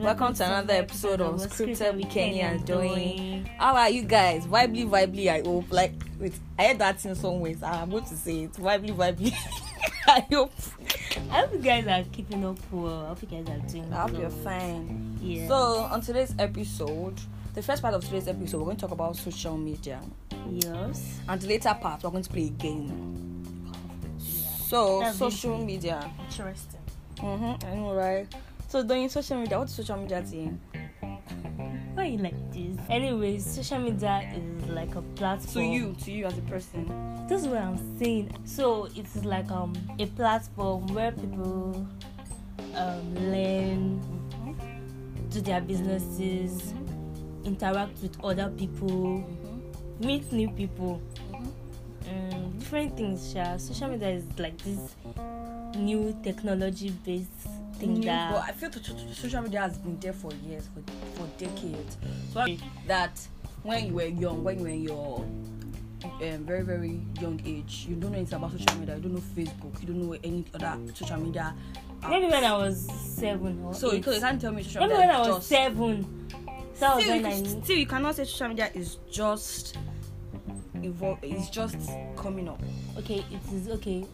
Welcome to another episode of Scripted with Kenny and Joy. How are you guys? Vibely, vibely, I hope. Like, wait, I heard that in some ways. Ah, I'm going to say it. Vibely, vibely. I hope. I hope you guys are keeping up well. I hope you guys are doing I hope you're well. fine. Yeah. So, on today's episode, the first part of today's episode, we're going to talk about social media. yes. And the later part, we're going to play a game. So, That's social interesting. media. Interesting. Mm-hmm, I know, right? So, doing social media, what's social media thing? Why you like this? Anyways, social media is like a platform. To you, to you as a person. This is what I'm saying. So it is like um a platform where people um learn, do their businesses, interact with other people, meet new people, um, different things. Sha. Social media is like this new technology-based thing that. But I feel to, to- to- social media has been there for years, for, for decades. So I- that when you were young, when you were in your um, very very young age, you don't know anything about social media. You don't know Facebook. You don't know any other social media. apps. Maybe when I was seven or so eight. you can't you can't tell me social Maybe media. when I is was just, seven. That was still, you when I can- knew. still you cannot say social media is just evolve. It's just coming up. Okay, it is okay.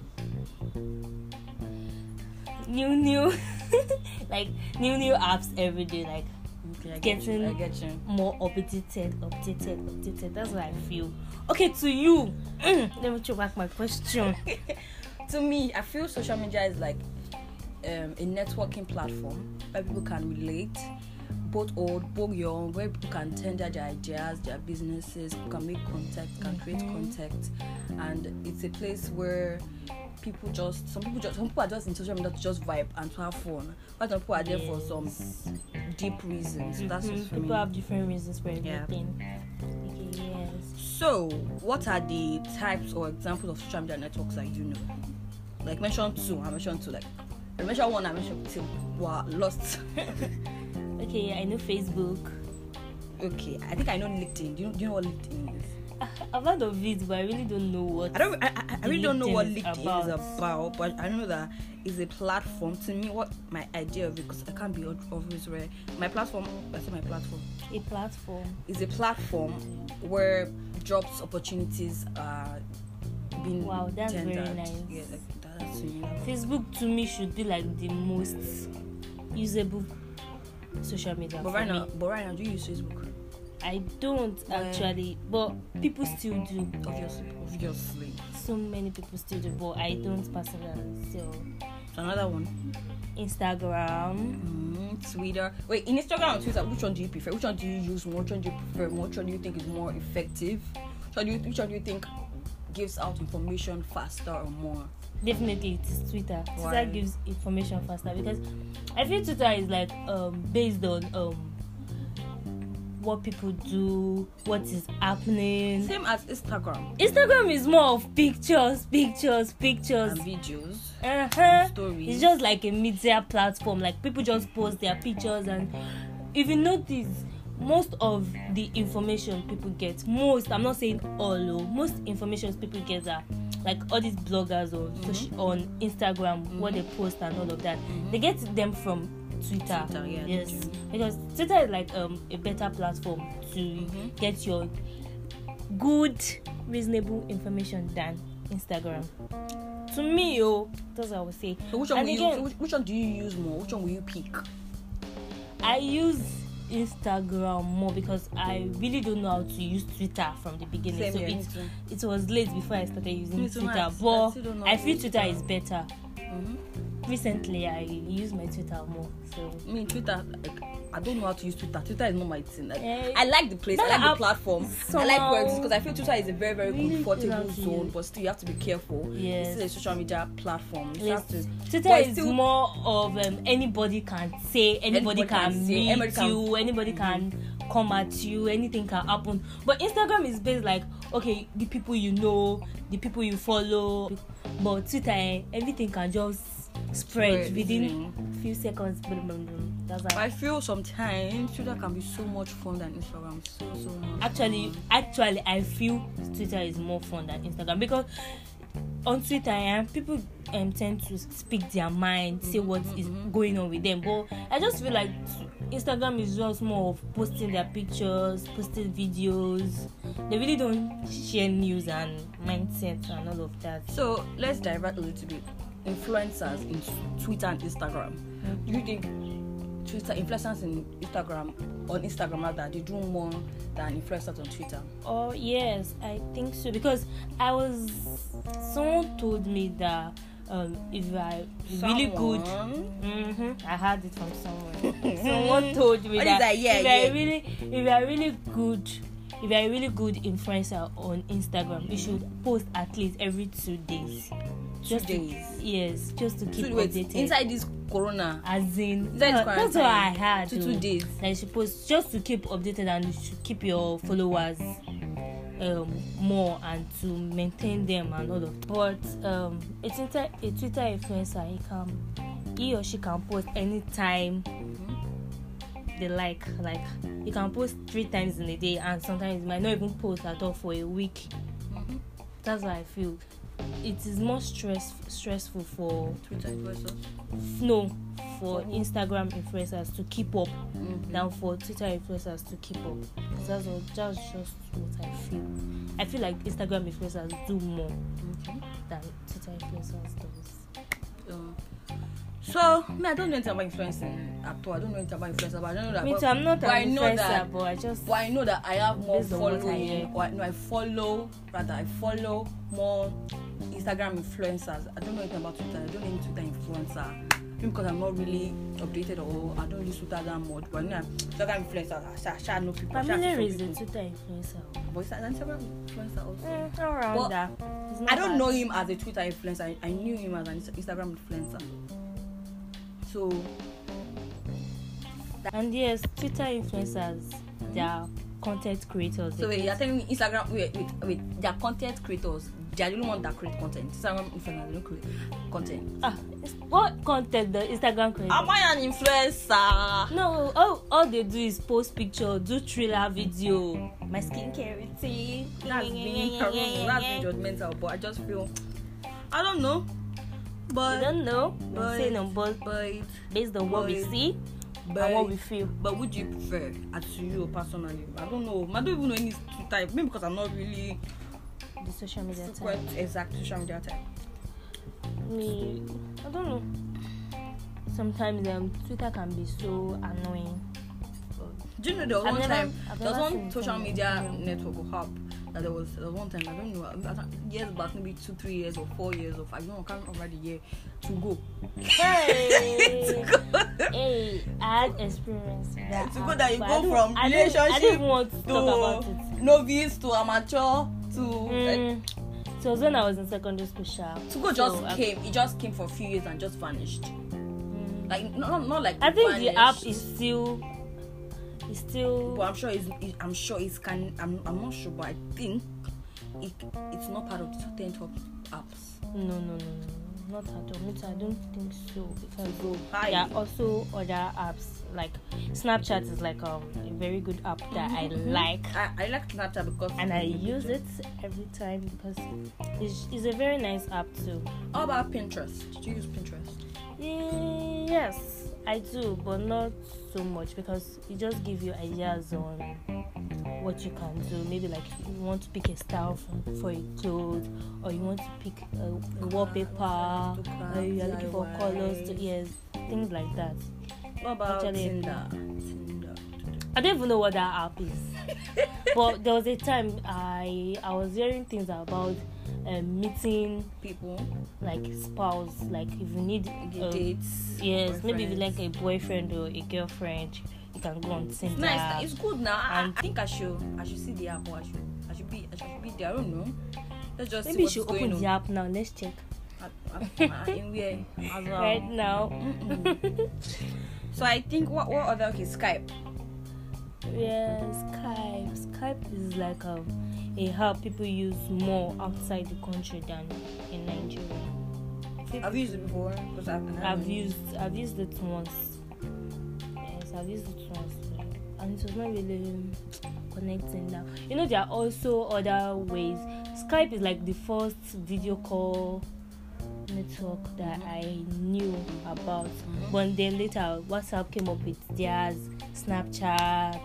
New new, like new new apps every day. Like Okay, I Getting- you. I get you. more updated, updated, updated. That's what I feel. Okay, to you. Mm. Let me throw back my question. to me, I feel social media is like um, a networking platform where people can relate, both old, both young, where people can tender their ideas, their businesses, people can make contact, can create contact, and it's a place where people just some people just some people are just in social media to just vibe and to have fun. But some people are there for some deep reasons. So that's just Mhm, for People me. have different reasons for Yeah. everything. Okay, yes. So, what are the types or examples of social media networks that you know? Like mention two, I mentioned two. Like I mentioned one, I mentioned two. Wow, lost. Okay, I know Facebook. okay, I think I know LinkedIn. Do you, do you know what LinkedIn is? I've heard of it, but I really don't know what. I don't. I, I, I really don't know what LinkedIn is LinkedIn is about, but I know that it's a platform. To me, what my idea of it, because I can't be al- always rare. My platform. I say my platform. a platform. is a platform where jobs opportunities are being Wow, that's very tendered. nice. Yeah, like, that- that's really- Facebook to me should be like the most usable social media. But for right me. now, but right now, do you use Facebook? I don't Well- actually, but people still do. Obviously, Oh, obviously. So many people still do, but I don't personally. So Another one, Instagram, mm, Twitter. Wait, in Instagram and Twitter, which one do you prefer? Which one do you use more? Which one do you prefer more? Which one do you think is more effective? Which one do you, which one do you think gives out information faster or more? definitely it is Twitter. Why? Twitter gives information faster because I feel Twitter is like um based on um what people do, what is happening. Same as Instagram Instagram is more of pictures, pictures, pictures. and videos. uh-huh. stories. it's just like a media platform like people just post their pictures and if you notice most of the information people get most i'm not saying all o most information people get are like all these bloggers on mm-hmm. soci- on instagram mm-hmm. what they post and all of that mm-hmm. they get them from twitter, Twitter, yeah, they yes do. because twitter is like um, a better platform to mm-hmm. get your good reasonable information than instagram to me o that's what i would say So which one and will again you, which, which one do you use more? Which one will you pick? i use instagram more because i really don't know how to use twitter from the beginning Same so here, me it, it was late before i started using Me too, I twitter still- I but still don't know i how to feel use twitter Twitter. is better Mhm. recently i use my twitter more so me Twitter, like, I don't know how to use Twitter. Twitter is not my thing. Like, Eh, I like the place, I that like the app platform, I like where it is somehow because I feel Twitter is a very, very really comfortable good zone, idea. but still you have to be careful. Yes. It's still a social media platform. You still yes, have to. twitter but it's is still- more of um, anybody can say anybody, Anybody can can, say, meet anybody can- Mm-hmm. you anybody can come at you anything can happen but instagram is based like okay the people you know the people you follow but twitter eh, everything can just spread Spread, Mm-hmm. within few seconds blah, blah, blah. that's But why I feel sometimes Twitter can be so much fun than Instagram. So so much. actually actually i feel twitter is more fun than instagram because on twitter um, people Mm-hmm, um, tend to speak their mind say what is going on with them but i just feel like t- Instagram is just more of posting their pictures, posting videos. They really don't share news and mindset and all of that. So let's divert a little bit. Influencers in Twitter and Instagram. Do you think Twitter influencers in Instagram on Instagram rather they do more than influencers on Twitter? Oh yes, I think so because I was someone told me that um, if I really good, Someone? hmm I heard it from someone. someone told me Mm-hmm. What is that, that? Yeah, if yeah. I really, if I really good, if I really good influencer on Instagram, you should post at least every two days. Mm. Two to- days. yes, just to keep Two, wait, updated. inside this corona. as in Inside uh, that's what I quarantine. had. Two- two oh. days. Like you supposed just to keep updated and you should keep your followers um more and to maintain them and all of but um a Twitter a Twitter influencer he can he or she can post anytime they like like you can post three times in a day and sometimes you might not even post at all for a week Mm-hmm. that's what I feel it is more stress stressful for Twitter influencers. no for instagram influencers to keep up Mm-hmm. than for twitter influencers to keep up that's all that's just what i feel i feel like instagram influencers do more than twitter influencers does Um, so me, I don't know anything about influencing at all. I don't know anything about influencers, but I don't know that. me Ah, but- too i'm not but I an know influencer that- but i just but I know that I have more Based on what I hear. following. Or I, no, I follow rather. I follow more Instagram influencers. I don't know anything about Twitter. I don't know any Twitter influencer. Maybe because I'm not really updated or I don't use Twitter that much. But now Twitter influencers, I sha, sha know people. I sha familiar follow is a people. twitter influencer But Instagram influencer also. mm, all around But that It's not I don't bad. know him as a Twitter influencer. I, I knew him as an Insta- Instagram influencer. So and yes twitter influencers they are content creators Mm. so wait, you're telling me Instagram wait wait wait they are content creators. They are the only ones that create content. Instagram influencers they don't create content. ah it's- what content the instagram creators Am I an influencer? No, all, all they do is post picture, do thriller video. My skincare routine. That's being terrible. That's being judgmental. But I just feel I don't know. I But don't know. But- But, saying on both but based on what we but- see but and what we feel. but would you prefer as to you personally? I don't know. I don't even know any type. Maybe because I'm not really The social media quite type. exact social media type. Me, I don't know. Sometimes um, Twitter can be so annoying. Do you know there was I've one never- time I've there was never one seen social someone- media yeah. network or app that there was there was one time I don't know I don't, years back maybe two three years or four years of I don't know I can't remember the year to go Uh-huh. Hey, hey, I had experience with that. to go app, that you but I go don't- I from don't- I relationship didn't want to talk about it. to novice to amateur to Mm. So it was when I was in secondary school, sha. to go just So, I- came it just came for a few years and just vanished Mm. like not not like I think the app vanished, is still, is still. but I'm sure it's it, I'm sure it's can I'm I'm not sure but I think it it's not part of the ten top apps. No, no, no, no, not at all. Me too, I don't think so because Go there high. are also other apps like Snapchat is like um, a very good app that I like. I, I like Snapchat because And I use it every time because it's, it's a very nice app too. How about Pinterest? Did you use Pinterest? Yes, I do, but not so much because it just gives you ideas on what you can do. Maybe like you want to pick a style for, for a clothes, or you want to pick a, a wallpaper, craft, or you are looking for DIY. colors. To, yes, things like that. What about Actually- Tinder? Tinder. I don't even know what that app is. but there was a time I I was hearing things about uh, meeting People, like spouse, like if you need you uh, dates. Yes, maybe if you boyfriends. like a boyfriend or a girlfriend, you can go on Tinder. It's nice. It's good now. I, And- I think I should. I should see the app. Or I should. I should be. I should be there. I don't know. Let's just Maybe you see should what's open going the on. app now. Let's check I- I- I- in where as well. right now. Mm-hmm. Mm-mm. so I think what what other okay Skype. Yeah, Skype. Skype is like um, a app people use more outside the country than in Nigeria. I've used it before. 'cause I've, I've used I've used it once. Yes, I've used it once, and it was not really connecting now. You know, there are also other ways. Skype is like the first video call network that I knew about. But then later, WhatsApp came up with theirs, Snapchat,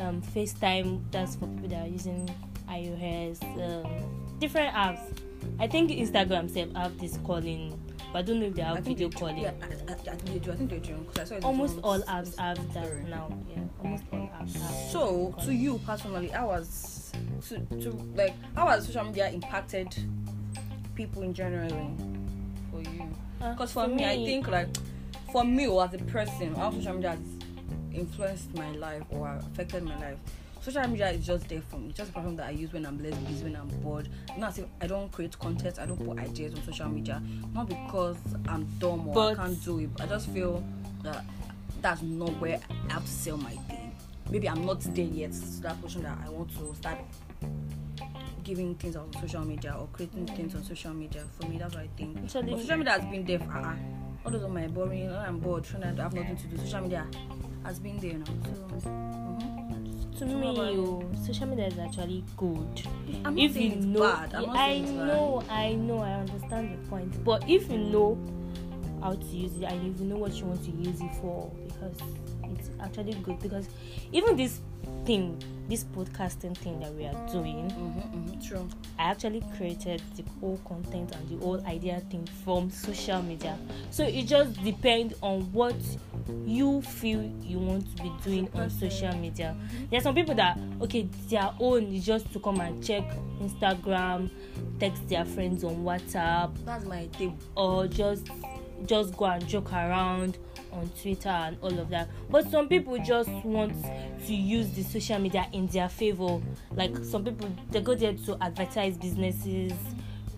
um, FaceTime. That's for people that are using iOS. Um, different apps. I think Instagram self have this calling, but I don't know if they have I think video they do- calling. Yeah, I, I, I think they do. I think they do. 'cause I saw it Almost on all s- apps s- have that story. now. Yeah, almost all apps have. So, video calling. to you personally, I was to, to like how has social media impacted people in generally for you? Uh, Because for me, I think like for me or as a person, how social media has influenced my life or affected my life. Social media is just there for me. It's just a platform that I use when I'm less busy, when I'm bored. Not as if I don't create content, I don't put ideas on social media. Not because I'm dumb or But- I can't do it. I just feel that that's not where I have to sell my thing. Maybe I'm not there yet to that portion that I want to start giving things on social media or creating Mm. things on social media. For me, that's what I think. Actually- But social media has been there. For, uh, all those are my boring. All I'm bored. Trying to have nothing to do. Social media has been there now. So to So me, how about you? oh, social media is actually good. I'm not if saying you it's know, bad. I'm not I saying it's bad. know, I know, I understand your point. But if you know how to use it and if you know what you want to use it for, because it's actually good. Because even this thing, this podcasting thing that we are doing, Mhm, mhm, True. I actually created the whole content and the whole idea thing from social media. So it just depends on what you feel you want to be doing on social media. There are some people that okay, their own is just to come and check Instagram, text their friends on WhatsApp, That's my thing. or just just go and joke around on Twitter and all of that. But some people just want to use the social media in their favor. Like some people, they go there to advertise businesses,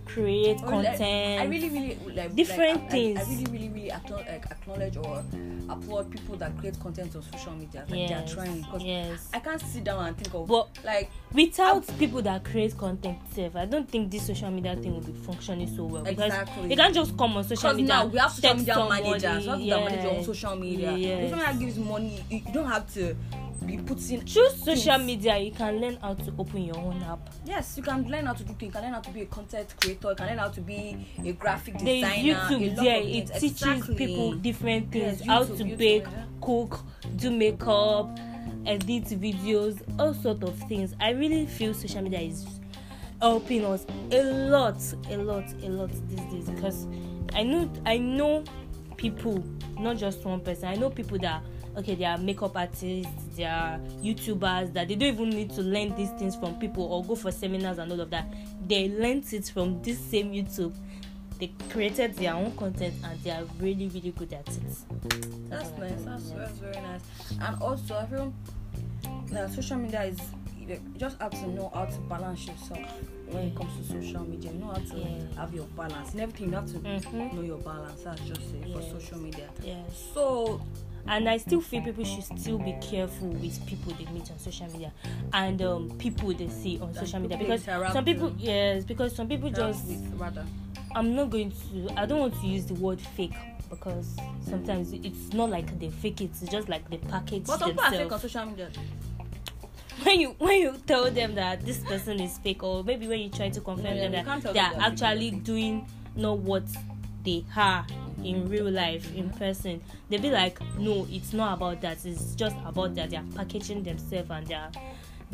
create Oh, like, content. I really, really like like, different I- I- I, things. really, really, really acknow- like, acknowledge or applaud people that create content on social media. Like yes, they are trying. 'cause yes. I can't sit down and think of But- like Without people that create content, self, I don't think this social media thing will be functioning so well Exactly. because you can't just come on social Because media. now we have social text media somebody, managers, we have yeah. to manage your own social media. Yes. If someone gives money, you you don't have to be putting. Through social things. media, you can learn how to open your own app. Yes, you can learn how to do things. You can learn how to be a content creator. You can learn how to be a graphic there is designer. a youtube lot there of it things. teaches Exactly. people different things Yes, how YouTube, to YouTube, bake yeah. cook do makeup edit videos all sort of things i really feel social media is helping us a lot a lot a lot these days because i know i know people not just one person i know people that okay they are makeup artists they are youtubers that they don't even need to learn these things from people or go for seminars and all of that they learnt it from this same youtube they created their own content and they are really really good at it That's what I nice. think, That's, yes. that's very nice. And also, I feel that social media is you just have to know how to balance yourself when it comes to social media. You know how to Yeah. have your balance. In everything, you have to Mhm. know your balance. That's just it Yes. for social media. yes So um, and i still feel people should still be careful with people they meet on social media and um, people they see on social media people they because interact some people with. yes because some people just just with rather. i'm not going to i don't want to use the word fake because sometimes it's not like they fake it it's just like they package But some people are fake on themselves social media. when you when you tell them that this person is fake or maybe when you try to confirm Yeah, you them can't that tell they them are that they're actually fake. doing not what they are in real life in person they be like no it's not about that it's just about that they are packaging themselves and they are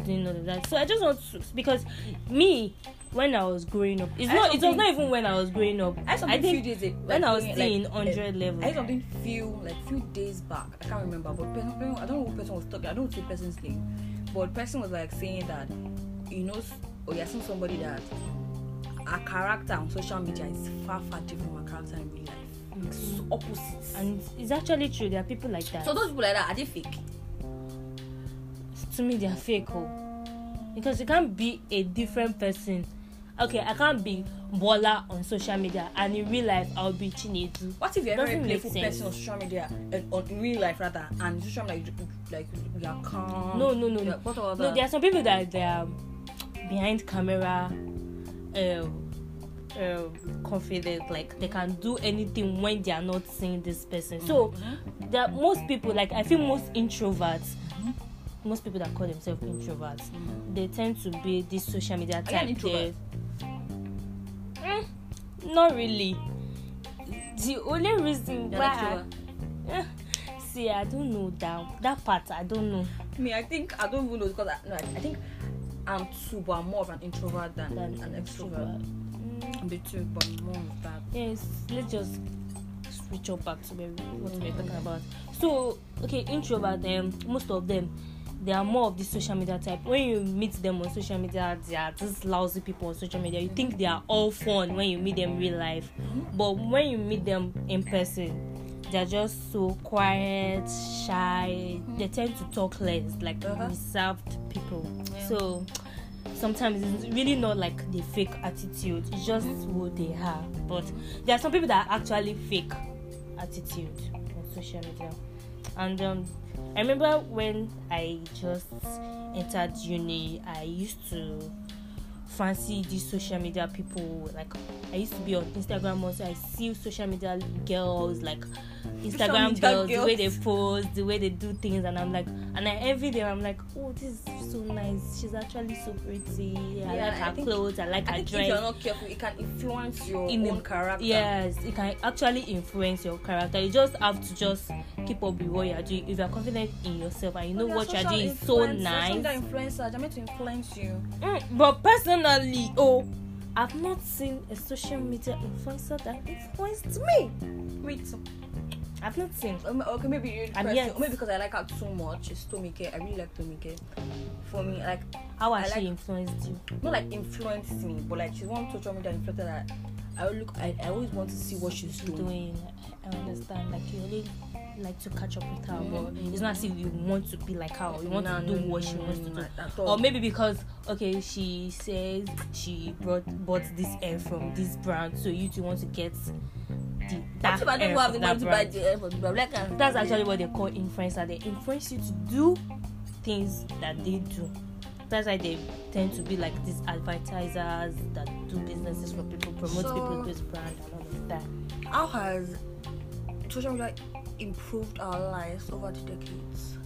doing all of that so i just want to because me when i was growing up it's not I don't it was think- not even when i was growing up I had something i think few days a- when like, i was doing, still in like, 100 level I had something few like few days back. I can't remember, but person, person- I don't know who person was talking. I don't know the person's name, but the person was like saying that you know, s- or you're seeing somebody that our character on social media is far far different from our character in real life. It's Mm. opposites. and it's actually true there are people like that so those people like that are they fake? to me they are fake oh because you can't be a different person okay i can't be bola on social media and in real life i'll be chinedu What if you're a very Doesn't make playful sense. person on social media, and on in real life rather, and social media you- you- like you are calm? no no no Oh. Yeah, no What about no that? there are some people that they are behind camera um, um, confident like they can do anything when they are not seeing this person so Mm-hmm. there are most people like i feel most introverts most people that call themselves introverts they tend to be this social media Are Mm-hmm. you type an introvert? there. Mm, not really. The only reason You're why. lecturer. I, see, I don't know that that part. I don't know. Me, I think I don't even know because I, no, I, I think I'm too, but I'm more of an introvert than, Than an extrovert. Mm, I'm the two, but more of that. yes, let's just switch up back to where we- what we're talking about. So, okay, introvert. Um, most of them, they are more of the social media type. When you meet them on social media, they are just lousy people on social media. You think they are all fun when you meet them in real life, but when you meet them in person. They're just so quiet, shy. They tend to talk less, like Uh-huh. reserved people. Yeah. So sometimes it's really not like the fake attitude it's just who they are but there are some people that are actually fake attitude on social media and um, i remember when i just entered uni i used to fancy these social media people like i used to be on instagram also i see social media girls like instagram media girls, the way they girls. post the way they do things and i'm like and i envy them i'm like oh this is so nice she's actually so pretty i Yeah, like I her think- clothes i like I her think if you're dress not careful, it can influence your In the- own character. yes it can actually influence your character you just have to just keep up with what you're doing if you're confident in yourself and you know Well, what you're you're social doing is so influence- nice Social media influencers, they're meant to influence you. Mm, but personally, oh, I've not seen a social media influencer that influenced me. Wait, so, I've not seen. um, okay, maybe you I'm press yes. it. maybe because I like her too much. It's Tomike. I really like Tomike. For me, like How has I she like- influenced you? not like influenced me, but like she's one social media influencer that I always look. I, I always want to see what she's doing. Doing, I understand. Like you only like to catch up with her, but Mhm. it's not as if you want to be like her. Or you want Nah, to do no, what no, she no, wants no, to do. at all. Or maybe because okay, she says she brought bought this air from this brand, so you two want to get the that That's why I air don't have from the that money to buy brand. the air for the black and That's actually what they call influencer. They influence you to do things that they do. That's why they tend to be like these advertisers that do businesses for people, promote So- people's brand and all of that. how has social media improved our lives over the decades?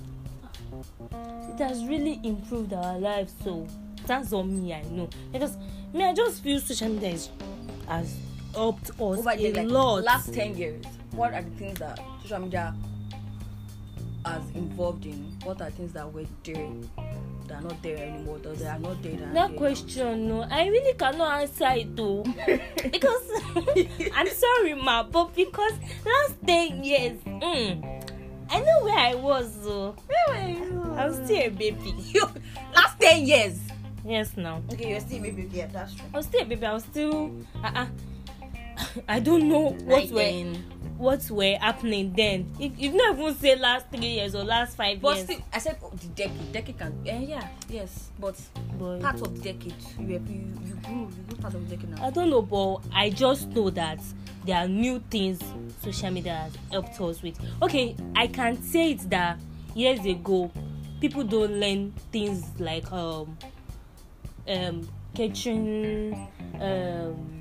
It has really improved our lives, so that's on me, I know. Because me, I just feel social media is, has helped us over a the like, lot. last 10 years what are the things that social media has involved in what are things that were there that are not there anymore that they are not there that, are that there. question no i really cannot answer it o because i'm sorry ma but because last ten years mm, i know where i was o i was still a baby you last 10 years yes now okay you're still maybe yeah that's true i was still a baby i was still uh-uh. i don't know what were what were happening then if if no even say last three years or last five but years still i said oh, the decade decade can eh, yeah yes but but part of the decade you were you, you grew you grew part of the decade now I don't know, but I just know that there are new things social media has helped us with. Okay, I can say it that years ago, people don't learn things like um, um, catching, um,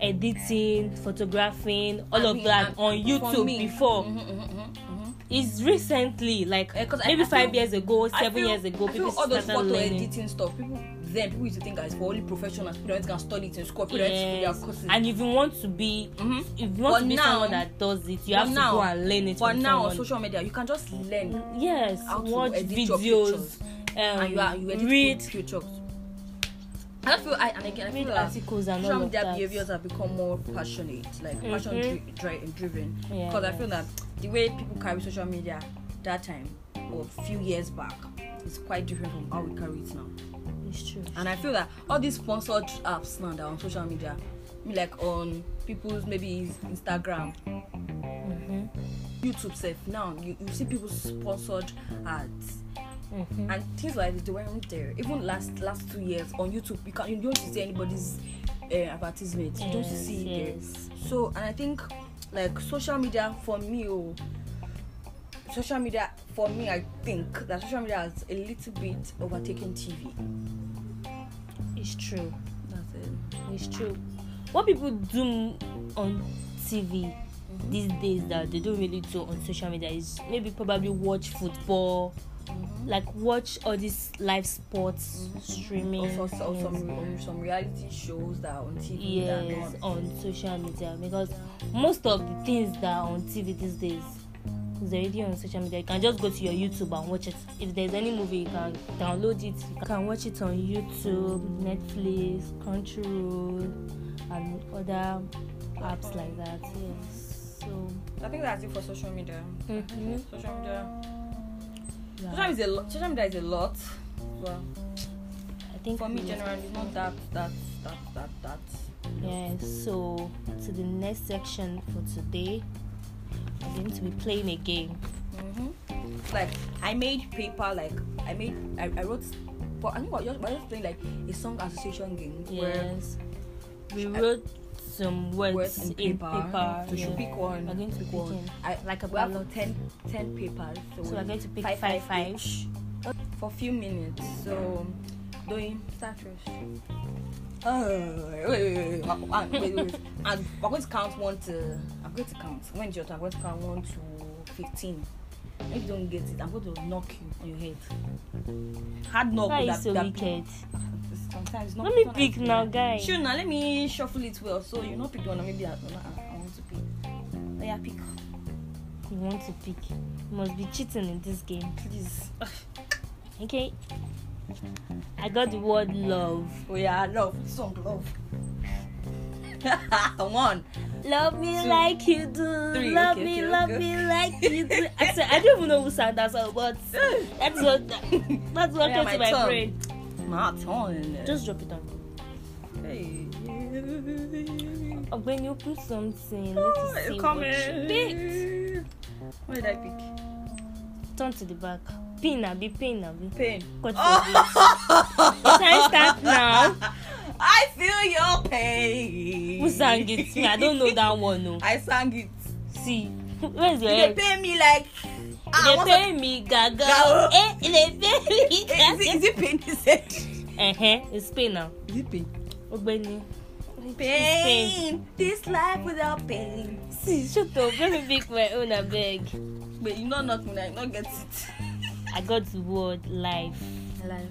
editing, photographing, all I of mean, that I- on YouTube me- before. Mhm, mhm, mhm, mhm. It's recently, like Eh, 'cause I- maybe I five feel- years ago, I seven feel- years ago, I feel people all those started photo learning. editing stuff people then people used to think that it's for only professionals parents can study it in school parents do their yes. courses and if you want to be Mhm. if you want But to be now- someone that does it you But have to now- go and learn it but from now on someone social media you can just learn yes how to watch edit your videos pictures. um, and you are you edit read good pictures I don't feel I and again I read feel that articles and social all of media that behaviors have become more passionate like passion Mhm. dri- dri- driven Yeah, because I feel that the way people carry social media that time or a few years back is quite different from how we carry it now it's true and i feel that all these sponsored apps now that are on social media I mean, like on people's maybe instagram mm-hmm. youtube self now you, you see people sponsored ads Mm-hmm. and things like this they weren't there even last last two years on youtube you can you don't see anybody's uh, advertisement you don't Yes, see it yes. there so and i think like social media for me oh social media for me i think that social media has a little bit overtaken tv it's true that's it it's true what people do on tv Mm-hmm. these days that they don't really do on social media is maybe probably watch football Mhm. like watch all these live sports streaming Mm-hmm. Also, so, things. some um, some reality shows that are on TV that are yes not- on social media because most of the things that are on tv these days is already on social media you can just go to your youtube and watch it if there's any movie you can download it you can watch it on youtube netflix crunchyroll and other apps like that yes so I think that's it for social media. Mhm. Social media. Social yeah. media is a lot. Social media is a lot. Well, i think for me, we- generally, it's not that that that that that. Yeah, so to the next section for today, we're going to be playing a game. hmm Like I made paper. Like I made. I, I wrote. But I think we're just, we're just playing like a song association game where Yes, we wrote some words, words in paper. so you yeah. should pick one. We're going to pick pick one. one. I, Like a we have ballot. 10, 10 papers. So, So we're going to pick five, five, five five. each for a few minutes. So, doing start first. Oh, wait, wait, wait, wait, Uh, wait, wait, wait. And we're going to count one to. I'm going to count. When it's your turn, I'm going to count one to fifteen. If you don't get it, I'm going to knock you on your head. Hard knock. That with is so Oh, that- wicked. Sometimes not. Let me not pick like- now, guy. Sure, now let me shuffle it well. So you not pick one, maybe I, I, I want to pick. Oh, yeah, pick. You want to pick? You must be cheating in this game, Please. Oh, okay? I got the word love. Oh yeah, love. Song love. one. Love me Two, like you do. three, Love okay, me, okay, love okay. me like you do. Actually, I don't even know who sang that song, but that's what that's what came Yeah, my to my tongue. brain. My turn. Just drop it on. hey. Uh, When you put something, let Oh, us see what you picked. What did I pick? Turn to the back. Pin abi, pin abi. Pain. Cut Ah! for this. Time start now. I feel your pain. Who sang it? Me, I don't know that one. No. I sang it. See, where's your They head? pay me like. ah, I They want pay me gaga. Gaga. Eh, they pay me to- Eh, Is it, gaga. is it pain? Is it? Eh, eh, it's pain now. Is it pain? Ogbeni. Pain. This life without pain. See, shut up. Let me pick my own, I beg. But you know nothing. I not get it. I got the word life. Life.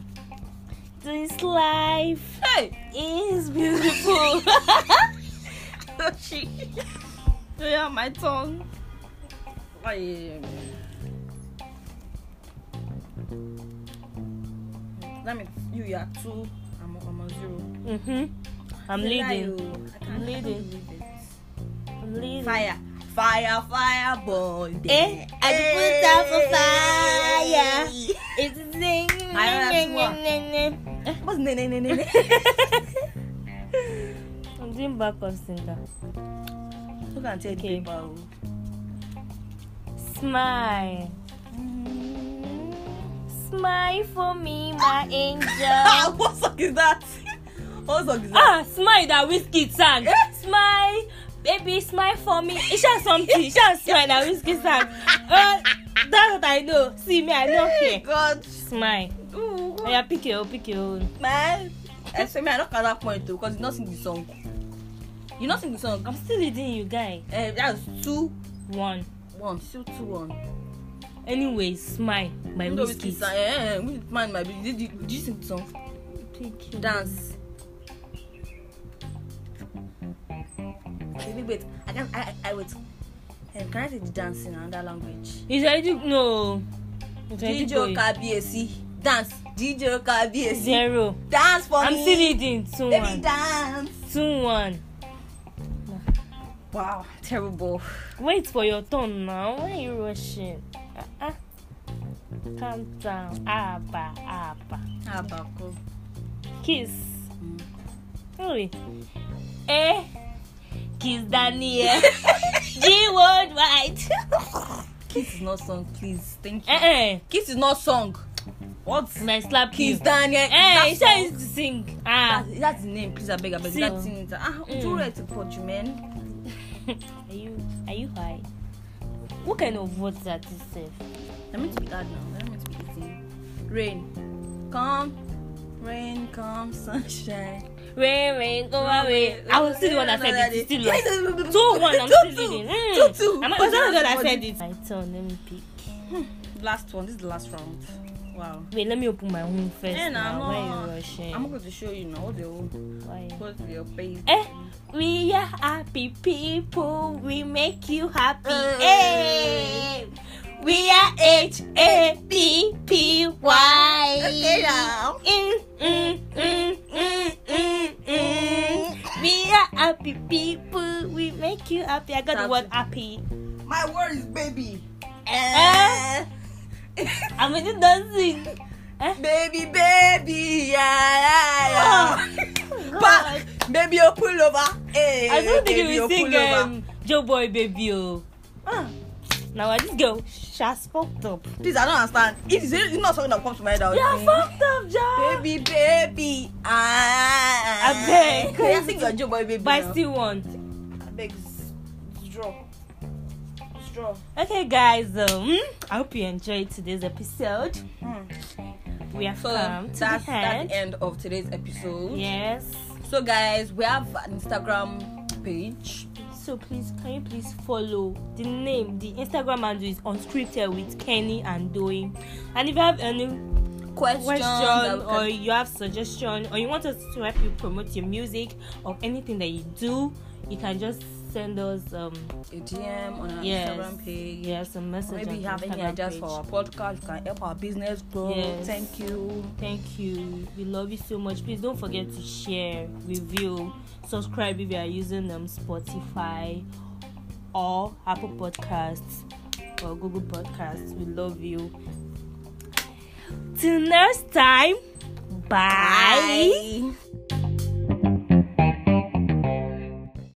This life Hey. Oh, is beautiful. she yeah my tongue I, let me you you are two i'm, I'm a zero mm-hmm. I'm Say lie, leading. oh. I can't- I'm I can't leading. believe it. I'm leading. fire fire fire boy Eh, I dey put out for fire. It's a thing. I don't have what's ne ne ne ne ne I'm doing backup singer. look and tell the Okay. paper oh. Smile. Mm-hmm. Smile for me, my ah angel. what song is that what song is that ah, smile that whiskey sang. Eh? smile, baby, smile for me. It's just something. It's just smile that whiskey sang. Uh, that's what I know. See me, I know Hey, here. god Smile. Ooh, Oh, yeah, pick your own, pick your own. Man, I say me, I don't count that point too because you not sing the song. You not sing the song. I'm still leading you, guy. Uh, that's two One. one, still two one. Anyway, smile by Even though it's Whiskey. kids, eh, eh, we man, my baby, did you, did you sing the song? Pick your- Dance. Baby, wait. I can I I, I wait. Um, can I say the dance in another language? It's already no. It's already DJ going. Kabiesi, dance. DJ Kabiesi, zero. dance for I'm me. still leading two Baby, one. dance. Two one. Wow, terrible. Wait for your turn now. Why are you rushing? Uh-uh. Calm down. Abba, abba. How about go? Kiss. Sorry. Eh. Kiss Daniel. G word white. Kiss is not song, please. Thank you. Eh eh. Kiss is not song. What? My slap Kiss you. Daniel. Eh, that's, she used to sing. Ah. that's, that's the name. Please, I beg, I beg. See. That's it. Ah, mm. do Mm. right to put you, man. are you are you high? What kind of words are this? sef? I'm meant to be hard now. I'm meant to be easy. Rain, come. Rain, come, sunshine. Rain, rain, go away. I was still the one that said it. It's still lost. Yes. Two one, I'm Two, still leading. two. Mm. Two, two. I'm not But the one that that's said what it. My turn. Let me pick. Last one. This is the last round. Wow. Wait, let me open my own first. Eh, nah, now. no, Why you rushing? I'm going to show you now the whole Why? what's your face. Eh, we are happy people. We make you happy. Eh. Eh. We are H A P P Y. Okay, now. Mm, mm, mm, mm, mm, mm. We are happy people. We make you happy. I got the Happy. word happy. My word is baby. Eh. I'm into dancing. baby, baby, yeah, yeah, yeah. Back, baby, you pull over. Hey, I don't think baby, we you sing pull over. um, Joe Boy Baby. Oh. Ah, Now I just go. She's fucked up. Please, I don't understand. It is it's not something that comes to my head. I would You're sing. fucked up, Joe. Baby, baby, ah. I beg. Can you sing your Joe Boy, baby? But I now? still want. I beg. s- Draw. Draw. Okay, guys. Um, I hope you enjoyed today's episode. We have So come um, to Hmm. Um, that's the that's end. the end of today's episode. Yes. So guys, we have an Instagram page. So please, can you please follow the name? The Instagram handle is unscripted with Kenny and Doing. And if you have any Question, question or you have suggestion or you want us to help you promote your music or anything that you do, you can just send us um a DM on our yes, Instagram page. yes a message. Maybe on you have any Instagram ideas page. for our podcast, you can help our business grow. Yes. Thank you. Thank you. We love you so much. Please don't forget to share, review, subscribe if you are using um, Spotify or Apple Podcasts or Google Podcasts. We love you. Till next time. Bye. Bye.